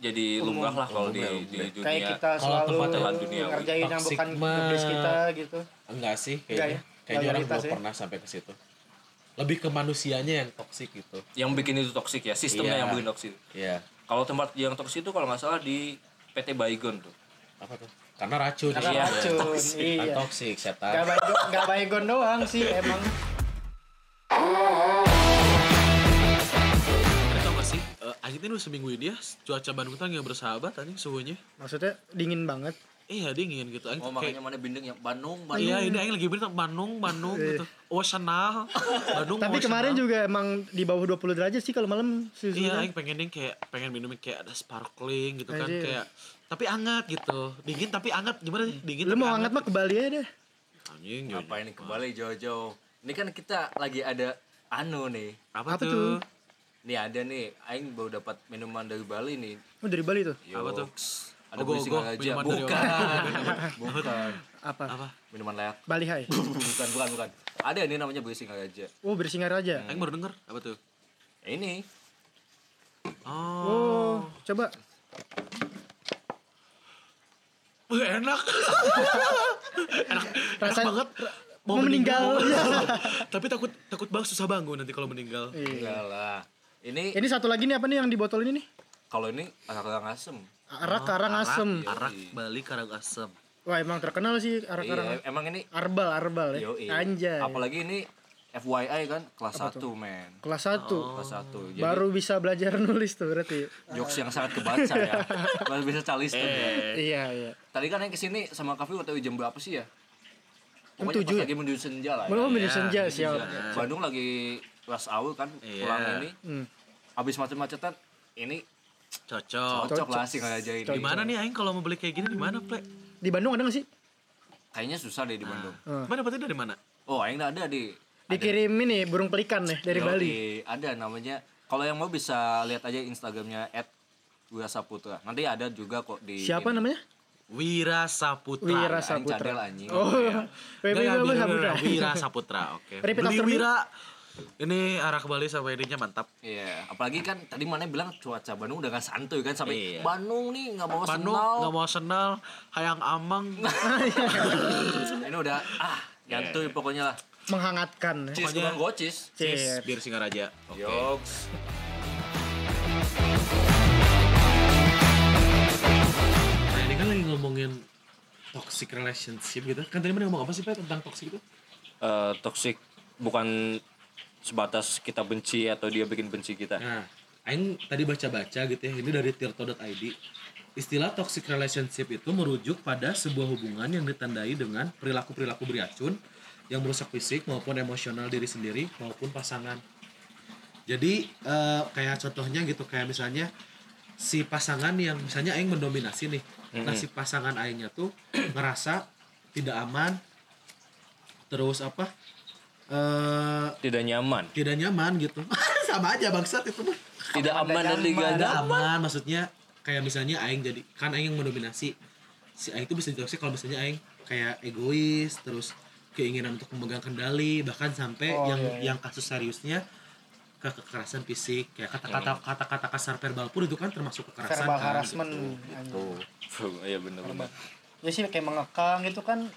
Speaker 2: jadi lumrah lah kalau di,
Speaker 3: Umum,
Speaker 2: di dunia
Speaker 1: kayak kita
Speaker 3: Kalau
Speaker 1: selalu
Speaker 3: tempat
Speaker 2: dunia,
Speaker 1: ngerjain yang
Speaker 3: toksik
Speaker 1: bukan
Speaker 3: mah-
Speaker 1: tugas kita gitu
Speaker 3: enggak sih kayaknya
Speaker 1: Enggak ya?
Speaker 3: kayaknya orang
Speaker 1: Loyalitas
Speaker 3: belum
Speaker 1: ya?
Speaker 3: pernah sampai ke situ lebih ke manusianya yang toksik gitu
Speaker 2: yang bikin itu toksik ya sistemnya
Speaker 3: Iya.
Speaker 2: yang bikin toksik
Speaker 3: iya
Speaker 2: kalau tempat yang toksik itu kalau nggak salah di PT Baygon tuh
Speaker 3: apa tuh karena racun
Speaker 1: karena
Speaker 2: Iya,
Speaker 1: racun
Speaker 3: Kan
Speaker 1: iya
Speaker 3: toksik setan
Speaker 1: gak baik gak baygon doang sih emang
Speaker 3: tau gak sih eh, anjingnya udah seminggu ini ya cuaca Bandung tuh nggak bersahabat anjing suhunya
Speaker 1: maksudnya dingin banget
Speaker 3: iya dingin gitu anjing
Speaker 2: oh makanya mana bindeng yang Bandung Bandung
Speaker 3: Iya, ini Aing lagi beri Bandung, Bandung gitu. Wasanah, Bandung.
Speaker 1: Iya.
Speaker 3: oh,
Speaker 1: tapi kemarin juga emang di bawah 20 derajat sih kalau malam
Speaker 3: Iya,
Speaker 1: suhunya
Speaker 3: Aing pengen yang kayak pengen minum yang kayak ada sparkling gitu kan,
Speaker 1: Anjir.
Speaker 3: kayak tapi anget gitu. Dingin tapi anget gimana sih? Dingin
Speaker 1: lu
Speaker 3: tapi
Speaker 1: mau hangat mah ke Bali aja deh
Speaker 3: Anjing, jauh-
Speaker 2: apa ya? ini ke Bali jauh-jauh ini kan kita lagi ada anu nih
Speaker 1: Apa
Speaker 3: Apa, tuh?
Speaker 1: tuh?
Speaker 2: nih ada nih aing baru dapat minuman dari Bali nih
Speaker 1: Oh dari Bali tuh?
Speaker 2: apa tuh ada
Speaker 4: Ogo-ogo,
Speaker 2: berisi aja
Speaker 4: Oh, minuman dari
Speaker 2: bukan bukan
Speaker 1: Apa?
Speaker 2: minuman layak
Speaker 1: Bali High.
Speaker 2: bukan bukan bukan ada nih namanya berisi aja
Speaker 1: Oh Bersingaraja.
Speaker 3: Aing baru denger apa tuh?
Speaker 2: ini
Speaker 3: Oh,
Speaker 1: Oh, coba.
Speaker 3: Wih, enak.
Speaker 1: Rasa
Speaker 3: banget.
Speaker 1: Mau meninggal.
Speaker 3: Tapi takut takut banget susah bangun nanti kalau meninggal.
Speaker 1: Iya.
Speaker 2: enggak lah ini
Speaker 1: Ini satu lagi nih apa nih yang di botol ini nih?
Speaker 2: kalau ini arak-arak asem
Speaker 1: Arak karang asem.
Speaker 3: Arak Bali Karang Asem.
Speaker 1: Wah emang terkenal sih arak karang.
Speaker 2: iya, emang ini
Speaker 1: Arbal, arbal ya.
Speaker 2: yoi.
Speaker 1: Anjay.
Speaker 2: apalagi ini FYI kan kelas 1 men
Speaker 1: Kelas 1.
Speaker 2: kelas 1 jadi
Speaker 1: Oh. Baru bisa belajar nulis tuh berarti.
Speaker 2: jokes yang sangat kebaca ya luar biasa calisten ya.
Speaker 3: Eh,
Speaker 1: Iya, iya.
Speaker 2: tadi kan yang kesini sama Kavi waktu jam berapa sih ya
Speaker 1: Jam
Speaker 2: pokoknya
Speaker 1: tujuh
Speaker 2: pas
Speaker 1: ya?
Speaker 2: lagi menuju senja lah ya.
Speaker 1: Belum yeah, senja sial.
Speaker 2: Iya. Bandung lagi rush hour kan
Speaker 3: Iya.
Speaker 2: pulang ini
Speaker 1: Hmm.
Speaker 2: habis macet-macetan ini
Speaker 3: Oh, Cocok.
Speaker 2: cocok lah sih ngajain
Speaker 3: Di mana nih aing kalau mau beli kayak gini di mana,
Speaker 1: Eh.
Speaker 3: Ple?
Speaker 1: Di Bandung ada gak sih?
Speaker 2: kayaknya susah deh di
Speaker 3: Ah.
Speaker 2: Bandung
Speaker 1: Hmm.
Speaker 3: Mana dapetnya dari mana?
Speaker 2: oh yang ada di
Speaker 1: Dikirim ini burung pelikan nih dari
Speaker 2: Yoi,
Speaker 1: Bali.
Speaker 2: ada namanya kalau yang mau bisa lihat aja instagramnya at Saputra nanti ada juga kok di
Speaker 1: Siapa namanya?
Speaker 3: Wira Saputra.
Speaker 1: Wira
Speaker 2: Aing cadel,
Speaker 1: Saputra.
Speaker 2: anjing. Iya.
Speaker 1: Oh. Wira
Speaker 3: Nggak, nggak,
Speaker 1: Wira
Speaker 3: bener,
Speaker 1: Saputra.
Speaker 3: bener, Wira Saputra, oke.
Speaker 1: Repeat
Speaker 3: Beli
Speaker 1: after me.
Speaker 3: Wira. Ini arah ke Bali sama ininya mantap.
Speaker 2: Iya, apalagi kan tadi mana bilang cuaca Bandung udah gak santuy kan sampai
Speaker 3: Iya.
Speaker 2: Bandung nih nggak mau
Speaker 3: Bandung
Speaker 2: senal.
Speaker 3: nggak mau senal, hayang amang.
Speaker 2: Ini udah ah nyantuy pokoknya lah.
Speaker 1: Menghangatkan. ya.
Speaker 2: Cis
Speaker 3: Iya. Pokoknya-
Speaker 2: bang gocis.
Speaker 1: Cheers.
Speaker 3: Biar Singaraja. Oke.
Speaker 2: Yoks.
Speaker 3: Nah, ini kan lagi ngomongin toxic relationship gitu. Kan tadi mana ngomong apa sih, Pak, tentang toxic itu?
Speaker 5: eh toxic bukan sebatas kita benci atau dia bikin benci kita.
Speaker 1: Hmm.
Speaker 3: Nah, Aing tadi baca-baca gitu ya, ini dari tirto.id. Istilah toxic relationship itu merujuk pada sebuah hubungan yang ditandai dengan perilaku-perilaku beracun yang merusak fisik maupun emosional diri sendiri maupun pasangan. Jadi eh, kayak contohnya gitu kayak misalnya si pasangan yang misalnya aing mendominasi nih. Nah, si pasangan aingnya tuh ngerasa tidak aman terus apa? eh
Speaker 5: Tidak nyaman,
Speaker 3: tidak nyaman gitu. Sama aja bangsat itu mah
Speaker 5: tidak aman dan tidak
Speaker 3: ada aman maksudnya kayak misalnya aing jadi kan aing yang mendominasi si aing itu bisa ditoksik kalau misalnya aing kayak egois terus keinginan untuk memegang kendali bahkan sampai
Speaker 1: Oh,
Speaker 3: yang
Speaker 1: iya,
Speaker 3: yang kasus seriusnya ke kekerasan fisik kayak kata-kata kata-kata kasar verbal pun itu kan termasuk kekerasan
Speaker 1: Verbal
Speaker 3: kan,
Speaker 1: harassment.
Speaker 3: gitu.
Speaker 1: anjing.
Speaker 5: Iya benar-benar.
Speaker 1: Ya sih kayak mengekang gitu kan.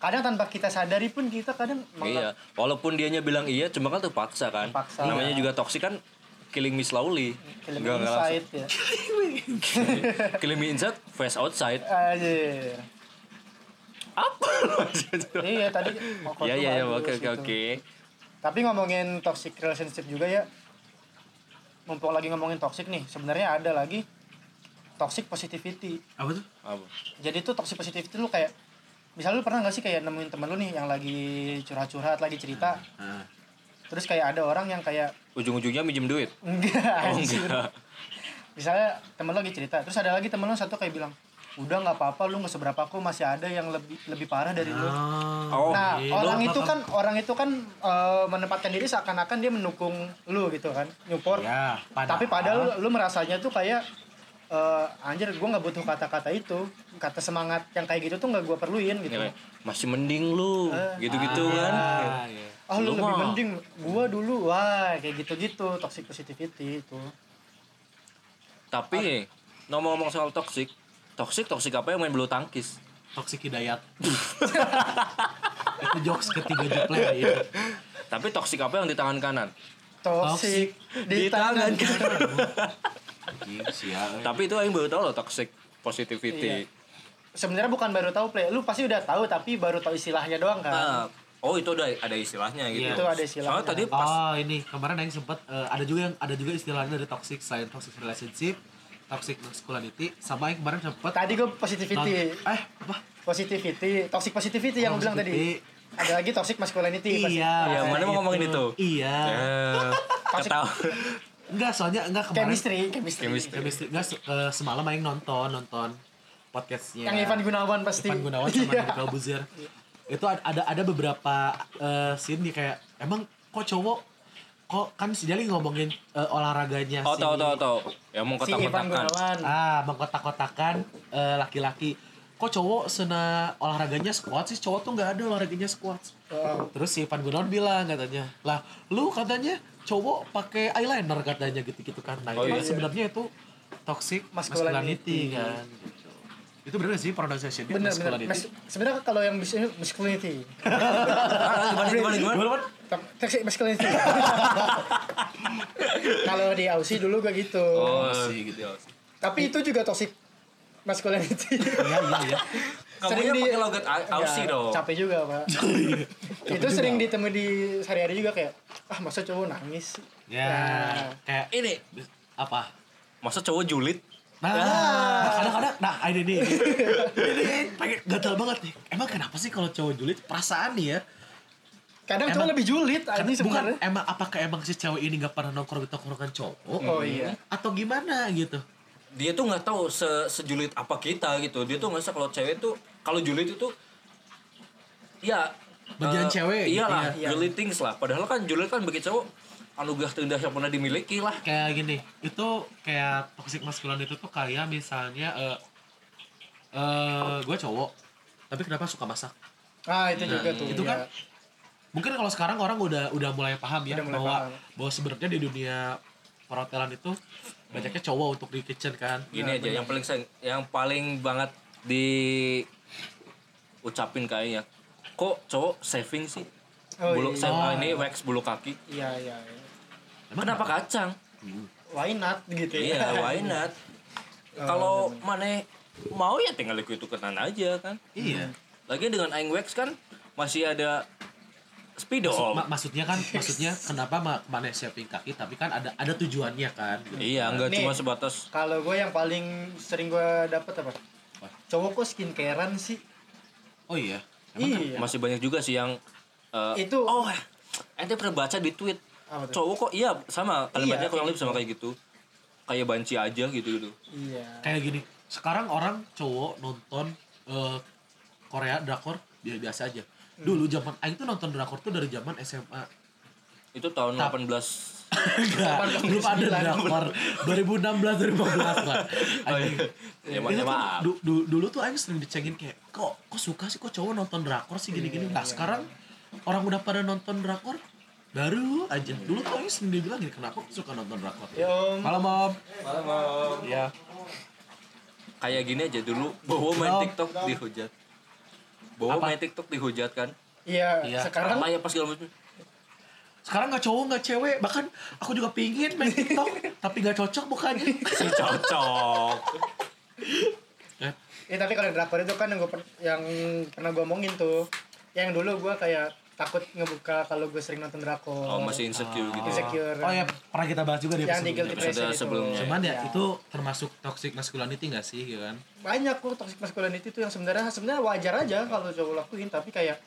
Speaker 1: Kadang tanpa kita sadari pun kita kadang
Speaker 5: Iya,
Speaker 1: mengekang.
Speaker 5: walaupun dianya bilang iya, cuma kan terpaksa kan.
Speaker 1: Terpaksa.
Speaker 5: Namanya juga toxic kan killing me slowly.
Speaker 1: Film
Speaker 5: Nggak- nggak langsung.
Speaker 1: Inside ya.
Speaker 5: Killing me inside, face outside.
Speaker 1: Anjir.
Speaker 5: Apa?
Speaker 1: Iya tadi pokoknya
Speaker 5: Iya iya iya,
Speaker 1: bagus
Speaker 5: oke oke
Speaker 1: gitu.
Speaker 5: oke.
Speaker 1: Tapi ngomongin toxic relationship juga ya. Mumpung lagi ngomongin toxic nih, sebenarnya ada lagi toxic positivity.
Speaker 3: Gitu. apa tuh
Speaker 5: Apa?
Speaker 1: Jadi tuh toxic positivity lu kayak misalnya lu pernah gak sih kayak nemuin temen lu nih yang lagi curhat-curhat, lagi cerita.
Speaker 3: Ah.
Speaker 1: Terus kayak ada orang yang kayak
Speaker 5: Ujung-ujungnya minjem duit.
Speaker 1: enggak
Speaker 5: Oh
Speaker 1: anjir.
Speaker 5: enggak.
Speaker 1: Misalnya temen lu lagi cerita, terus ada lagi temen lu satu kayak bilang, "Udah nggak apa-apa, lu nggak seberapa kok masih ada yang lebih lebih parah dari lu."
Speaker 3: Ah.
Speaker 5: Oh,
Speaker 1: nah,
Speaker 3: iya.
Speaker 1: orang
Speaker 3: Lu
Speaker 1: itu
Speaker 3: apa-
Speaker 1: kan orang itu kan eh, menempatkan diri seakan-akan dia mendukung lu gitu kan, nyupport.
Speaker 3: ya padahal,
Speaker 1: Tapi padahal lu, lu merasanya tuh kayak eh, anjir gue nggak butuh kata-kata itu, kata semangat yang kayak gitu tuh nggak gue perluin gitu.
Speaker 5: Iya, masih mending lu,
Speaker 1: Eh.
Speaker 5: gitu-gitu kan.
Speaker 3: Ah, iya.
Speaker 1: Ah lu,
Speaker 5: Lu
Speaker 1: lebih
Speaker 5: mah.
Speaker 1: mending gua dulu. Wah, kayak gitu-gitu toxic positivity itu.
Speaker 5: Tapi ngomong-ngomong soal toxic, toxic toxic apa yang main bulu tangkis?
Speaker 3: toxic hidayat itu jokes ketiga juple ya itu
Speaker 5: Tapi toxic apa yang di tangan kanan?
Speaker 1: Toxic, di, tangan kanan.
Speaker 5: Tapi itu yang baru tahu loh toxic positivity.
Speaker 1: Sebenarnya bukan baru tahu play. Lu pasti udah tahu tapi baru tahu istilahnya doang kan.
Speaker 5: Ah, oh itu ada ada istilahnya gitu.
Speaker 1: Iya. Itu ada istilahnya.
Speaker 5: Soalnya tadi pas
Speaker 3: Oh ini kemarin yang sempat eh, ada juga yang ada juga istilahnya dari toxic selain toxic relationship, toxic masculinity, sama yang kemarin sempat
Speaker 1: Tadi gue positivity.
Speaker 3: eh apa?
Speaker 1: Positivity, toxic positivity yang
Speaker 3: Oh,
Speaker 1: lu bilang tadi.
Speaker 3: positivity.
Speaker 1: Ada lagi toxic masculinity. pasti.
Speaker 3: Iya.
Speaker 5: ya mana mau ngomongin itu?
Speaker 3: Iya.
Speaker 1: Oh.
Speaker 5: Eh, Ketawa.
Speaker 3: Enggak soalnya enggak kemarin
Speaker 1: Chemistry, chemistry.
Speaker 5: Chemistry.
Speaker 3: chemistry. Enggak se- eh, semalam aing nonton nonton podcastnya.
Speaker 1: Yang Ivan Gunawan pasti.
Speaker 3: Iya. Ivan Gunawan sama
Speaker 1: Iya.
Speaker 3: Deddy Corbuzier. Itu ad- ada ada beberapa eh, scene di kayak emang kok cowok kok kan si Jali ngomongin eh, olahraganya
Speaker 2: Oh
Speaker 3: si
Speaker 2: tahu tahu tahu.
Speaker 5: Ya,
Speaker 2: Yang mau
Speaker 1: si Ivan
Speaker 2: kotak-kotakan.
Speaker 1: Gunawan
Speaker 3: ah mengkotak-kotakan eh, laki-laki kok cowok sena olahraganya squat sih cowok tuh nggak ada olahraganya squat
Speaker 1: Oh.
Speaker 3: terus si Ivan Gunawan bilang katanya lah lu katanya cowok pakai eyeliner katanya gitu-gitu kan nah
Speaker 2: Oh,
Speaker 3: itu
Speaker 2: iya.
Speaker 3: kan sebenarnya itu toxic
Speaker 1: Masculinity.
Speaker 3: masculinity, kan gitu. itu benar nggak sih pronunciation-nya
Speaker 1: bener bener
Speaker 3: masculinity
Speaker 1: Mas- sebenarnya kalau yang bis- masculinity
Speaker 2: Ah, gimana gimana gimana?
Speaker 3: Gimana, Pan?
Speaker 1: Tem- toxic masculinity kalau di Aussie dulu gak gitu
Speaker 2: Oh, sih gitu ya.
Speaker 1: tapi itu juga toxic masculinity
Speaker 3: Iya, iya, iya.
Speaker 2: Kamunya
Speaker 1: di-
Speaker 2: pakai logat A- Aussie
Speaker 1: Iya,
Speaker 2: dong.
Speaker 1: capek juga pak itu sering ditemui di sehari-hari juga kayak ah masa cowok nangis Nah, sih?"
Speaker 3: Ya, kayak
Speaker 2: Ini
Speaker 3: apa?
Speaker 2: masa cowok julid?
Speaker 3: Nah, kadang-kadang, nah ini nih, ini pengen gatel banget nih. Emang kenapa sih kalau cowok julid perasaan nih ya?
Speaker 1: kadang cowok
Speaker 3: Emang-
Speaker 1: lebih julid ini
Speaker 3: Kan- bukan
Speaker 1: sebenarnya
Speaker 3: emang apakah emang si cewek ini nggak pernah nongkrong di tongkrongan cowok?
Speaker 1: oh iya
Speaker 3: Atau gimana gitu?
Speaker 2: Dia tuh nggak tahu se sejulit apa kita gitu. Dia tuh ngerasa kalau cewek tuh kalau julid itu ya
Speaker 3: Bagian
Speaker 2: eh,
Speaker 3: cewek gitu
Speaker 2: Iyalah,
Speaker 1: ya.
Speaker 2: julid things lah. Padahal kan julid kan bagi cowok anugerah terindah yang pernah dimiliki lah.
Speaker 3: Kayak gini, itu kayak toxic masculinity itu tuh kayak misalnya, eh eh, gue cowok, tapi kenapa suka masak?
Speaker 1: ah itu juga tuh
Speaker 3: itu
Speaker 1: iya.
Speaker 3: kan mungkin kalau sekarang orang udah udah mulai paham ya
Speaker 1: Udah mulai
Speaker 3: bahwa
Speaker 1: paham.
Speaker 3: bahwa sebenarnya di dunia perhotelan itu banyaknya cowok untuk di kitchen kan
Speaker 2: Gini aja yang paling sering- yang paling banget di ucapin kayaknya. Kok cowok saving sih?
Speaker 1: Oh,
Speaker 2: bulu
Speaker 1: iya.
Speaker 2: save-
Speaker 3: Oh.
Speaker 2: ah, ini wax bulu kaki.
Speaker 1: iya iya iya.
Speaker 3: Emang
Speaker 2: Kenapa kacang?
Speaker 1: why not gitu ya Oh.
Speaker 2: Iya, why not? Kalau mana mau ya tinggal ikut ikutan aja kan.
Speaker 3: iya
Speaker 1: Hmm.
Speaker 2: Lagi dengan aing wax kan masih ada spidol.
Speaker 3: Ma- maksudnya kan maksudnya kenapa ma- mana siapin kaki tapi kan ada ada tujuannya kan gitu.
Speaker 2: Iya, nggak
Speaker 1: Nih.
Speaker 2: cuma sebatas
Speaker 1: kalau gue yang paling sering gue dapet apa cowok kok skincarean sih
Speaker 3: oh iya
Speaker 1: iya
Speaker 2: masih banyak juga sih yang eh,
Speaker 1: Itu-
Speaker 2: oh ente pernah baca di tweet
Speaker 1: Apa tuh?
Speaker 2: cowok kok iya sama kalimatnya
Speaker 1: Iya,
Speaker 2: kurang
Speaker 1: kayak
Speaker 2: lebih sama kayak gitu kayak banci aja gitu gitu
Speaker 1: iya
Speaker 3: kayak gini sekarang orang cowok nonton eh, Korea drakor bi- biasa aja dulu zaman Aing tuh nonton drakor tuh dari zaman SMA
Speaker 2: itu tahun
Speaker 3: Tap.
Speaker 2: 18
Speaker 3: Enggak, belum ada drakor 2016 2015 lah. Anjing.
Speaker 2: Ya,
Speaker 3: Iya. Itu
Speaker 2: mohon
Speaker 3: tuh
Speaker 2: maaf.
Speaker 3: du- du- dulu tuh Aing sering dicengin kayak kok kok suka sih kok cowok nonton drakor sih gini-gini. Nah, sekarang orang udah pada nonton drakor baru aja. Dulu tuh Aing sering dibilang gini, kenapa kok suka nonton drakor?
Speaker 1: Ya, Om.
Speaker 3: Malam, Om. Malam, Om. Iya.
Speaker 2: kayak gini aja dulu Bowo main TikTok dihujat Bowo
Speaker 3: Apa?
Speaker 2: main TikTok dihujat kan
Speaker 1: iya
Speaker 3: Iya.
Speaker 1: sekarang
Speaker 2: apa ya pas segala macam
Speaker 3: Sekarang gak cowok, gak cewek. Bahkan aku juga pingin main TikTok. tapi gak cocok mukanya.
Speaker 2: si cocok
Speaker 1: Eh tapi kalau drakor itu kan yang, gua per- yang pernah gue omongin tuh Yang dulu gue kayak takut ngebuka kalau gue sering nonton drakor
Speaker 2: oh masih insecure gitu
Speaker 1: Insecure
Speaker 3: Oh ya, pernah kita bahas juga di
Speaker 1: Yang di Iya.
Speaker 3: episode
Speaker 1: guilty
Speaker 2: Episode
Speaker 3: sebelumnya.
Speaker 1: pleasure itu
Speaker 2: sebelumnya.
Speaker 3: Cuman ya, itu termasuk toxic masculinity gak sih, gitu kan?
Speaker 1: Banyak kok toxic masculinity itu yang sebenarnya sebenarnya wajar aja kalau cowok lakuin Tapi kayak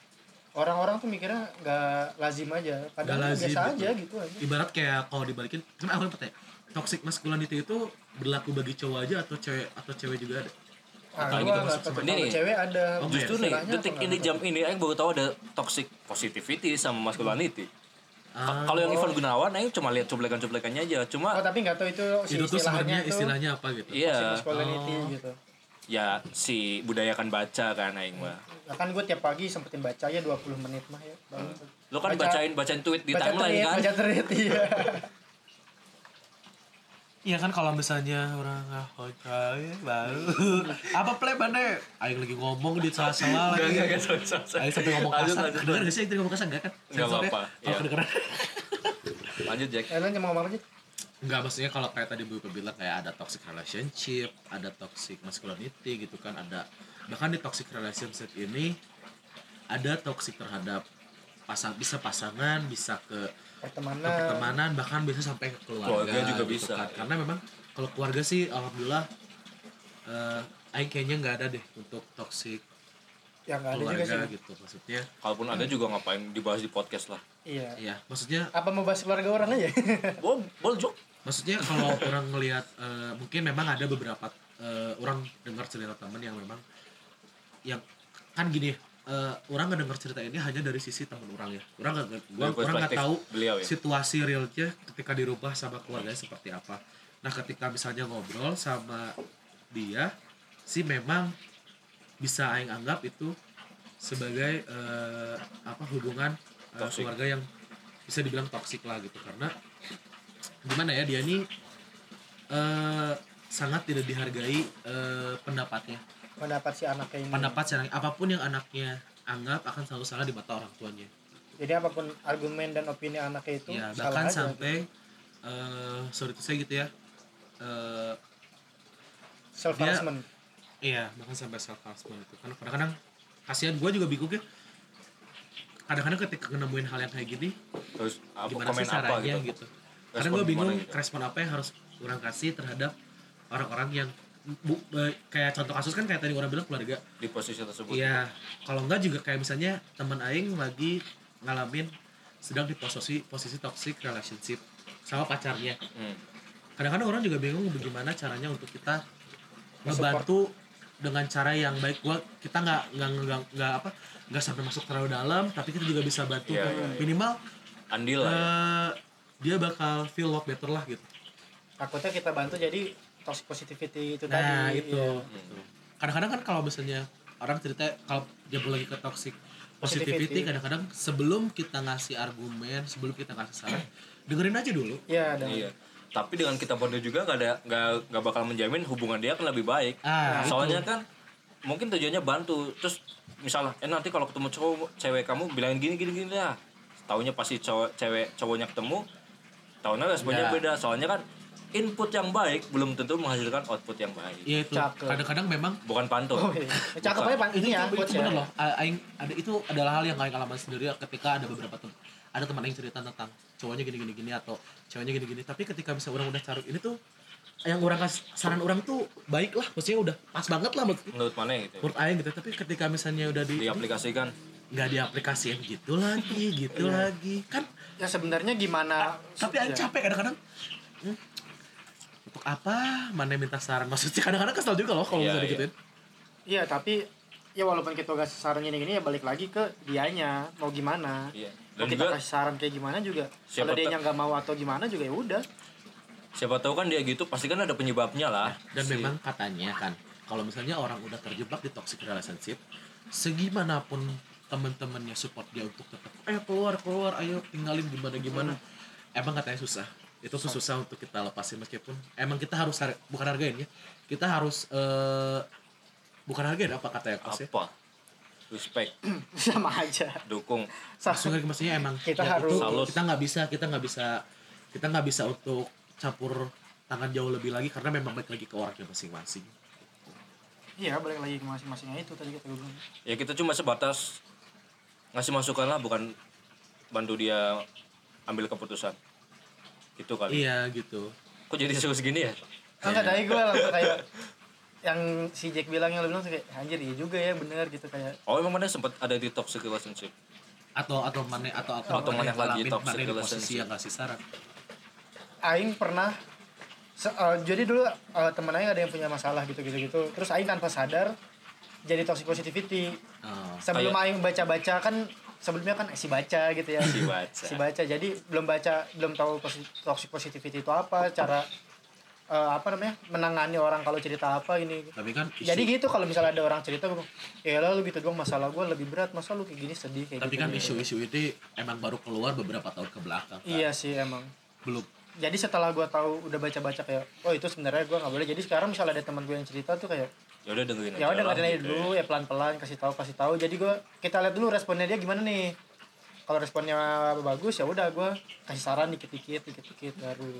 Speaker 1: orang-orang tuh mikirnya gak lazim aja Padahal
Speaker 3: Nggak lazim,
Speaker 1: biasa
Speaker 3: betul.
Speaker 1: aja gitu aja
Speaker 3: ibarat kayak kalau dibalikin kan aku dapat ya toxic masculinity itu berlaku bagi cowok aja atau cewek atau cewek juga ada
Speaker 1: Ah, gua
Speaker 3: Apalagi itu
Speaker 1: nggak
Speaker 3: masuk
Speaker 1: takut
Speaker 2: sama
Speaker 1: kalau
Speaker 2: ini.
Speaker 1: cewek ada
Speaker 3: Oh,
Speaker 2: justru nih
Speaker 1: Iya, Istilahnya
Speaker 2: detik
Speaker 1: apa gitu. nggak
Speaker 2: ini
Speaker 1: takut?
Speaker 2: jam ini Aing baru tahu ada toxic positivity sama masculinity
Speaker 3: Ah.
Speaker 2: kalau yang Ivan Gunawan Aing cuma lihat cuplikan-cuplikannya aja
Speaker 1: Oh
Speaker 2: cuma
Speaker 1: tapi gak tahu itu si
Speaker 3: itu tuh
Speaker 1: istilahnya
Speaker 3: sebenarnya
Speaker 1: tuh
Speaker 3: istilahnya apa gitu
Speaker 1: toxic
Speaker 2: iya
Speaker 1: masculinity gitu
Speaker 2: ya si budayakan baca kan Aing mah
Speaker 1: Nah, kan gue tiap pagi sempetin baca ya 20 menit mah ya bangun.
Speaker 2: lo kan
Speaker 1: Baca-
Speaker 2: bacain bacain tweet di
Speaker 1: baca
Speaker 2: timeline
Speaker 1: tweet,
Speaker 2: kan
Speaker 1: baca tweet iya
Speaker 3: iya kan kalau misalnya orang nggak hotel baru apa play bande aing lagi ngomong di salah-salah lagi
Speaker 2: Gak, gak, Iya, sorry, sorry, sorry.
Speaker 3: aing sampai ngomong
Speaker 2: Lanjut,
Speaker 3: kasar
Speaker 2: lanjut,
Speaker 3: kedengeran nggak sih itu ngomong kasar nggak kan
Speaker 2: Nggak
Speaker 3: Sensor ya?
Speaker 2: apa-apa,
Speaker 3: kalau
Speaker 2: iya.
Speaker 3: kedengeran
Speaker 2: lanjut Jack
Speaker 1: Eh, lu cuma ngomong apa sih?
Speaker 3: Enggak maksudnya kalau kayak tadi Bu Ipe bilang kayak ada toxic relationship, ada toxic masculinity gitu kan, ada bahkan di toxic relationship ini ada toxic terhadap pasang bisa pasangan, bisa ke, ke
Speaker 1: Pertemanan.
Speaker 3: pertemanan, bahkan bisa sampai ke keluarga,
Speaker 2: Nah. Keluarga juga
Speaker 3: gitu
Speaker 2: bisa,
Speaker 3: kan.
Speaker 2: ya.
Speaker 3: Karena memang kalau keluarga sih alhamdulillah eh aing kayaknya nggak ada deh untuk toxic
Speaker 1: Ya nggak ada juga sih.
Speaker 3: keluarga gitu maksudnya.
Speaker 2: kalaupun ada juga ngapain dibahas di podcast lah
Speaker 1: Iya.
Speaker 3: Iya, maksudnya
Speaker 1: Apa mau bahas keluarga orang aja?
Speaker 2: oh boleh Jok
Speaker 3: maksudnya kalau orang ngelihat eh, mungkin memang ada beberapa eh, orang dengar cerita temen yang memang yang kan gini eh, orang ngedenger cerita ini hanya dari sisi teman orang ya. Orang nggak gua
Speaker 2: Dari
Speaker 3: orang nggak
Speaker 2: perspektif
Speaker 3: tahu
Speaker 2: beliau ya?
Speaker 3: situasi realnya ketika di rumah sama keluarganya seperti apa. Nah, ketika misalnya ngobrol sama dia sih memang bisa aing anggap itu sebagai eh, apa hubungan eh,
Speaker 2: Toxic.
Speaker 3: keluarga yang bisa dibilang toksik lah gitu karena gimana ya dia ini eh, sangat tidak dihargai eh, pendapatnya
Speaker 1: Hmm. pendapat si anaknya ini
Speaker 3: pendapat sekarang apapun yang anaknya anggap akan selalu salah di mata orang tuanya
Speaker 1: jadi apapun argumen dan opini anaknya itu Oh, salah
Speaker 3: ya bahkan
Speaker 1: aja.
Speaker 3: sampai eh sorry to say gitu ya eh
Speaker 1: self
Speaker 3: dia-
Speaker 1: harassment
Speaker 3: iya bahkan sampai self harassment itu karena kadang-kadang kasihan gue juga bingung ya kadang-kadang ketika nemuin hal yang kayak gini
Speaker 2: terus apa
Speaker 3: gimana
Speaker 2: komen
Speaker 3: sih
Speaker 2: apa
Speaker 3: caranya
Speaker 2: gitu,
Speaker 3: gitu, karena
Speaker 2: Respon
Speaker 3: gue bingung
Speaker 2: gimana gitu.
Speaker 3: respon apa yang harus orang kasih terhadap orang-orang yang bu- eh, kayak contoh kasus kan kayak tadi orang bilang keluarga
Speaker 2: di posisi tersebut
Speaker 3: Iya, kalau enggak juga kayak misalnya teman aing lagi ngalamin sedang di posisi posisi toxic relationship sama pacarnya.
Speaker 2: Hmm.
Speaker 3: Kadang-kadang orang juga bingung bagaimana caranya untuk kita membantu dengan cara yang baik gua kita nggak nggak nggak nggak apa nggak sampai masuk terlalu dalam tapi kita juga bisa bantu
Speaker 2: Iya, iya, iya.
Speaker 3: minimal
Speaker 2: andil lah ya.
Speaker 3: eh, dia bakal feel lot better lah gitu
Speaker 1: takutnya kita bantu jadi toxic positivity itu
Speaker 3: nah
Speaker 1: tadi
Speaker 3: itu
Speaker 1: Iya.
Speaker 3: kadang-kadang kan kalau misalnya orang cerita kalau jatuh lagi ke toxic
Speaker 1: Positivity.
Speaker 3: positivity kadang-kadang sebelum kita ngasih argumen sebelum kita ngasih saran dengerin aja dulu
Speaker 1: Iya, dan
Speaker 2: iya tapi dengan kita bantu juga nggak ada nggak nggak bakal menjamin hubungan dia akan lebih baik
Speaker 3: ah
Speaker 2: soalnya kan mungkin tujuannya bantu terus misalnya eh nanti kalau ketemu cowok cewek kamu bilangin gini gini gini lah taunya pasti cowok cewek cowoknya ketemu taunya responnya
Speaker 3: Nggak.
Speaker 2: beda soalnya kan input yang baik belum tentu menghasilkan output yang baik
Speaker 3: ya itu
Speaker 1: Cakep.
Speaker 3: kadang-kadang memang
Speaker 2: bukan pantun
Speaker 1: Oh, iya. cakep
Speaker 2: Bukan.
Speaker 1: aja pan
Speaker 3: itu,
Speaker 1: ini ya
Speaker 3: itu,
Speaker 1: quotes
Speaker 3: itu
Speaker 1: ya
Speaker 3: bener loh A- aing ada itu adalah hal yang aing alami sendiri ketika ada beberapa teman ada teman aing cerita tentang cowoknya gini gini gini atau cowoknya gini gini tapi ketika bisa orang udah carut ini tuh yang orang kasih saran orang tuh baik lah maksudnya udah pas banget lah menurut,
Speaker 2: menurut mana gitu
Speaker 3: menurut aing gitu tapi ketika misalnya udah di,
Speaker 2: diaplikasikan
Speaker 3: nggak diaplikasiin gitu lagi gitu
Speaker 2: Iya.
Speaker 3: lagi kan
Speaker 1: ya sebenarnya gimana
Speaker 3: tapi aing
Speaker 1: Ya.
Speaker 3: capek kadang-kadang hmm, untuk apa mana minta saran maksudnya kadang-kadang kesel juga loh kalau
Speaker 2: Iya,
Speaker 3: misalnya
Speaker 2: iya.
Speaker 3: gituin
Speaker 1: Iya tapi ya walaupun kita gak saran gini gini ya balik lagi ke dianya mau gimana.
Speaker 2: Iya.
Speaker 1: Mau
Speaker 2: Dan
Speaker 1: kita
Speaker 2: juga-
Speaker 1: kasih saran kayak gimana juga. Kalau
Speaker 2: Siapa
Speaker 1: dia
Speaker 2: ta-
Speaker 1: nggak mau atau gimana juga ya udah.
Speaker 2: siapa tahu kan dia gitu pasti kan ada penyebabnya lah
Speaker 3: dan
Speaker 2: Si-
Speaker 3: memang katanya kan kalau misalnya orang udah terjebak di toxic relationship segimanapun temen-temennya support dia untuk tetap ayo keluar keluar ayo tinggalin gimana gimana emang katanya susah itu tuh susah untuk kita lepasin meskipun emang kita harus har- bukan hargain ya kita harus eh, bukan hargain apa katanya pas ya
Speaker 2: apa respect
Speaker 1: Sama aja.
Speaker 2: dukung
Speaker 1: Sa-
Speaker 3: maksudnya maksudnya emang
Speaker 1: Kita
Speaker 3: ya
Speaker 1: harus-
Speaker 3: itu
Speaker 2: Salus.
Speaker 3: kita nggak bisa kita nggak bisa kita nggak bisa untuk campur tangan jauh lebih lagi karena memang balik lagi ke orangnya masing-masing
Speaker 1: Iya balik lagi ke masing-masingnya itu tadi kita bilang.
Speaker 2: ya kita cuma sebatas ngasih masukan lah bukan bantu dia ambil keputusan itu kali
Speaker 3: iya gitu
Speaker 2: kok jadi serius gini ya
Speaker 1: Enggak tadi gue langsung kayak yang si Jack bilang yang lo bilang tuh kayak anjir iya juga ya bener gitu kayak
Speaker 2: oh emang mana sempat ada di toxic relationship
Speaker 3: atau atau mana atau atau,
Speaker 2: Atau mana
Speaker 3: yang
Speaker 2: lagi
Speaker 3: ngalamin,
Speaker 2: toxic
Speaker 3: mana di posisi
Speaker 2: relationship.
Speaker 3: yang ngasih saran
Speaker 1: Aing pernah se- eh, jadi dulu eh, temen Aing ada yang punya masalah gitu gitu gitu terus Aing tanpa sadar jadi toxic positivity
Speaker 3: Oh.
Speaker 1: sebelum
Speaker 2: Kayak-
Speaker 1: aing baca-baca kan sebelumnya kan si baca gitu ya
Speaker 2: Si baca.
Speaker 1: Si baca jadi belum baca belum tahu posi- toxic positivity itu apa cara eh, apa namanya menangani orang kalau cerita apa ini
Speaker 3: tapi kan isu,
Speaker 1: jadi gitu kalau misalnya ada orang cerita gue ya lah lu gitu doang masalah gue lebih berat masa lu kayak gini sedih kayak
Speaker 3: tapi
Speaker 1: gitu
Speaker 3: kan isu-isu itu emang baru keluar beberapa tahun ke belakang kan?
Speaker 1: iya sih emang
Speaker 3: belum
Speaker 1: jadi setelah gue tahu udah baca-baca kayak oh itu sebenarnya gue nggak boleh jadi sekarang misalnya ada teman gue yang cerita tuh kayak
Speaker 2: ya udah dengerin
Speaker 1: ya
Speaker 2: aja
Speaker 1: udah
Speaker 2: lah,
Speaker 1: ngadain aja
Speaker 2: gitu
Speaker 1: dulu ya pelan-pelan kasih tahu kasih tahu jadi gue kita lihat dulu responnya dia gimana nih kalau responnya bagus ya udah gue kasih saran dikit-dikit dikit-dikit baru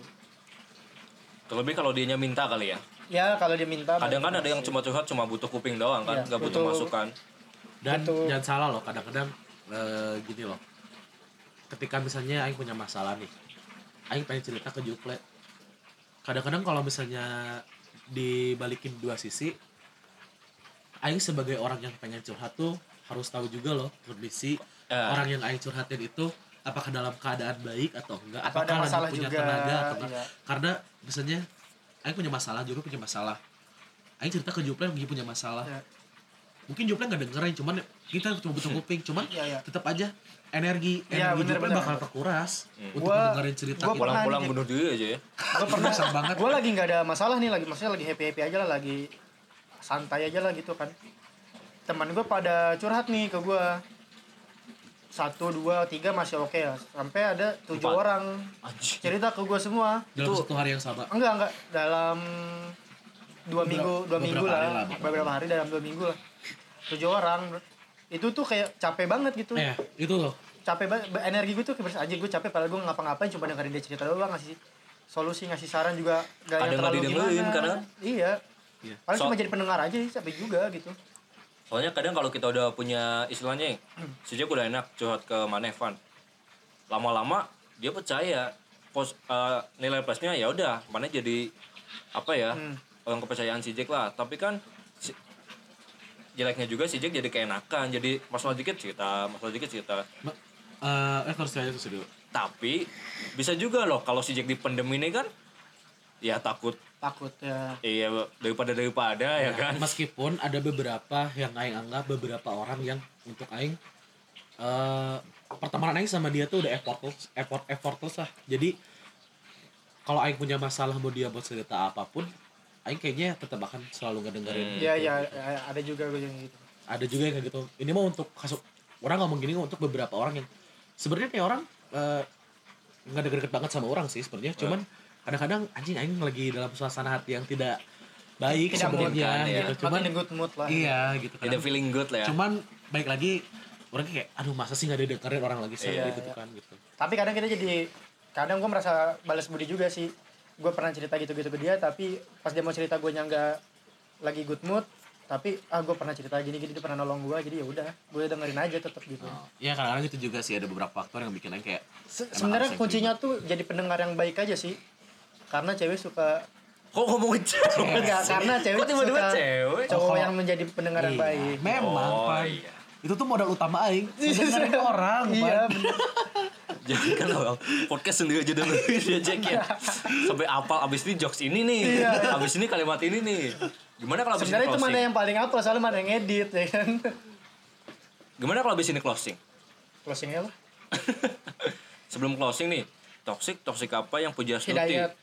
Speaker 2: terlebih kalau dianya minta kali ya
Speaker 1: ya kalau dia minta
Speaker 2: kadang kan
Speaker 1: baru
Speaker 2: ada yang
Speaker 1: kasih.
Speaker 2: cuma curhat cuma butuh kuping doang kan
Speaker 1: Iya,
Speaker 2: nggak butuh
Speaker 1: butuh-
Speaker 2: masukan
Speaker 3: dan
Speaker 1: Betul.
Speaker 3: jangan salah loh kadang-kadang eh, gini loh ketika misalnya Aing punya masalah nih Aing pengen cerita ke Jukle kadang-kadang kalau misalnya dibalikin dua sisi Aing sebagai orang yang pengen curhat tuh harus tahu juga loh kondisi
Speaker 2: Eh.
Speaker 3: orang yang Aing curhatin itu apakah dalam keadaan baik atau enggak
Speaker 1: Apa ada
Speaker 3: apakah lagi
Speaker 1: masalah
Speaker 3: punya
Speaker 1: juga,
Speaker 3: tenaga atau enggak
Speaker 1: iya.
Speaker 3: karena misalnya Aing punya masalah Jukle punya masalah Aing cerita ke Jukle lagi punya masalah
Speaker 1: Iya.
Speaker 3: mungkin jomplang nggak dengerin cuman kita cuma butuh kuping cuman
Speaker 1: Iya, iya.
Speaker 3: tetap aja energi
Speaker 1: Iya,
Speaker 3: energi
Speaker 1: bener,
Speaker 3: jomplang
Speaker 1: bener.
Speaker 3: bakal terkuras untuk
Speaker 1: Gua-
Speaker 3: dengerin cerita
Speaker 1: gua
Speaker 3: kita
Speaker 1: pernah-
Speaker 2: pulang-pulang
Speaker 1: Nah,
Speaker 2: bunuh diri aja ya
Speaker 1: gue pernah
Speaker 3: Susah banget.
Speaker 1: gue lagi nggak ada masalah nih lagi maksudnya lagi happy happy aja lah lagi santai aja lah gitu kan teman gue pada curhat nih ke gue satu dua tiga masih oke ya sampai ada tujuh
Speaker 2: Empat.
Speaker 1: orang
Speaker 2: Anjir.
Speaker 1: cerita ke gue semua
Speaker 3: dalam satu hari yang sama
Speaker 1: enggak enggak dalam dua minggu dua
Speaker 3: beberapa
Speaker 1: minggu
Speaker 3: hari
Speaker 1: lah,
Speaker 3: lah, beberapa
Speaker 1: beberapa hari dalam dua minggu lah tujuh orang itu tuh kayak capek banget gitu
Speaker 3: eh itu loh
Speaker 1: capek banget ba- energi gue tuh kayak aja gue capek padahal gue ngapa-ngapain cuma dengerin dia cerita doang ngasih solusi ngasih saran juga gak yang
Speaker 2: Kadang nggak
Speaker 1: terlalu
Speaker 2: didengerin,
Speaker 1: gimana
Speaker 2: kadang.
Speaker 1: iya
Speaker 3: Iya.
Speaker 1: paling
Speaker 2: So-
Speaker 1: cuma jadi pendengar aja sih capek juga gitu
Speaker 2: soalnya kadang kalau kita udah punya istilahnya sejak udah enak curhat ke Manevan lama-lama dia percaya pos eh, nilai plusnya ya udah mana jadi apa ya
Speaker 1: Hmm.
Speaker 2: orang kepercayaan si Jack lah tapi kan si- jeleknya juga si Jack jadi keenakan jadi masalah dikit cerita masalah dikit cerita
Speaker 3: Ma- eh eh harus saya itu dulu
Speaker 2: tapi bisa juga loh kalau si Jack dipendem ini kan ya takut
Speaker 1: takut ya
Speaker 2: iya daripada daripada ya kan
Speaker 3: meskipun ada beberapa yang aing anggap beberapa orang yang untuk aing eh pertemanan aing sama dia tuh udah effortless effort effortless lah jadi kalau aing punya masalah mau dia buat cerita apapun aing kayaknya tetap akan selalu ngedengerin
Speaker 1: iya iya ya, ada juga gue yang gitu
Speaker 3: ada juga yang kayak gitu ini mah untuk kasus orang ngomong gini untuk beberapa orang yang sebenarnya kayak orang eh, nggak deket-deket banget sama orang sih sebenarnya cuman kadang-kadang anjing aing lagi dalam suasana hati yang tidak baik
Speaker 1: Tidak
Speaker 3: sebenarnya
Speaker 2: memungkinkan, ya.
Speaker 3: gitu
Speaker 1: cuman
Speaker 3: cuman
Speaker 1: good mood lah
Speaker 3: iya gitu
Speaker 2: ada
Speaker 3: kadang.
Speaker 2: feeling good lah ya
Speaker 3: cuman baik lagi orang kayak aduh masa sih nggak didengerin orang lagi sih
Speaker 1: Iya,
Speaker 3: gitu
Speaker 1: iya.
Speaker 3: kan gitu
Speaker 1: tapi kadang kita jadi kadang gue merasa balas budi juga sih gue pernah cerita gitu-gitu ke dia tapi pas dia mau cerita gue nyangga lagi good mood tapi ah gue pernah cerita gini-gini dia pernah nolong gue jadi ya udah gue dengerin aja tetap gitu
Speaker 3: ya kadang-kadang itu juga sih ada beberapa faktor yang bikin aing kayak
Speaker 1: Se-
Speaker 3: emang gitu.
Speaker 1: sebenarnya
Speaker 3: harus
Speaker 1: kuncinya tuh jadi pendengar yang baik aja sih karena cewek suka
Speaker 2: kok ngomongin cewek
Speaker 1: enggak karena cewek
Speaker 2: Kok tiba-tiba
Speaker 1: suka
Speaker 2: cewek?
Speaker 1: cowok
Speaker 3: Oh,
Speaker 1: yang menjadi pendengar yang
Speaker 3: Iya,
Speaker 1: baik
Speaker 3: memang
Speaker 2: Oh,
Speaker 3: Pan.
Speaker 2: iya.
Speaker 3: itu tuh modal utama aing dengerin orang
Speaker 1: iya
Speaker 3: Pan.
Speaker 1: bener.
Speaker 2: Jangan kan orang podcast sendiri aja dengerin
Speaker 1: Iya.
Speaker 2: dia Jack ya. Sampai apal abis ini jokes ini nih. Abis ini kalimat ini nih. Gimana kalau abis
Speaker 1: Iya. sebenarnya
Speaker 2: ini
Speaker 1: itu
Speaker 2: closing?
Speaker 1: mana yang paling apa soalnya mana yang edit ya kan
Speaker 2: Gimana kalau abis ini closing?
Speaker 1: closingnya lah
Speaker 2: Sebelum closing nih, toxic toxic apa yang puja Snuti?
Speaker 1: hidayat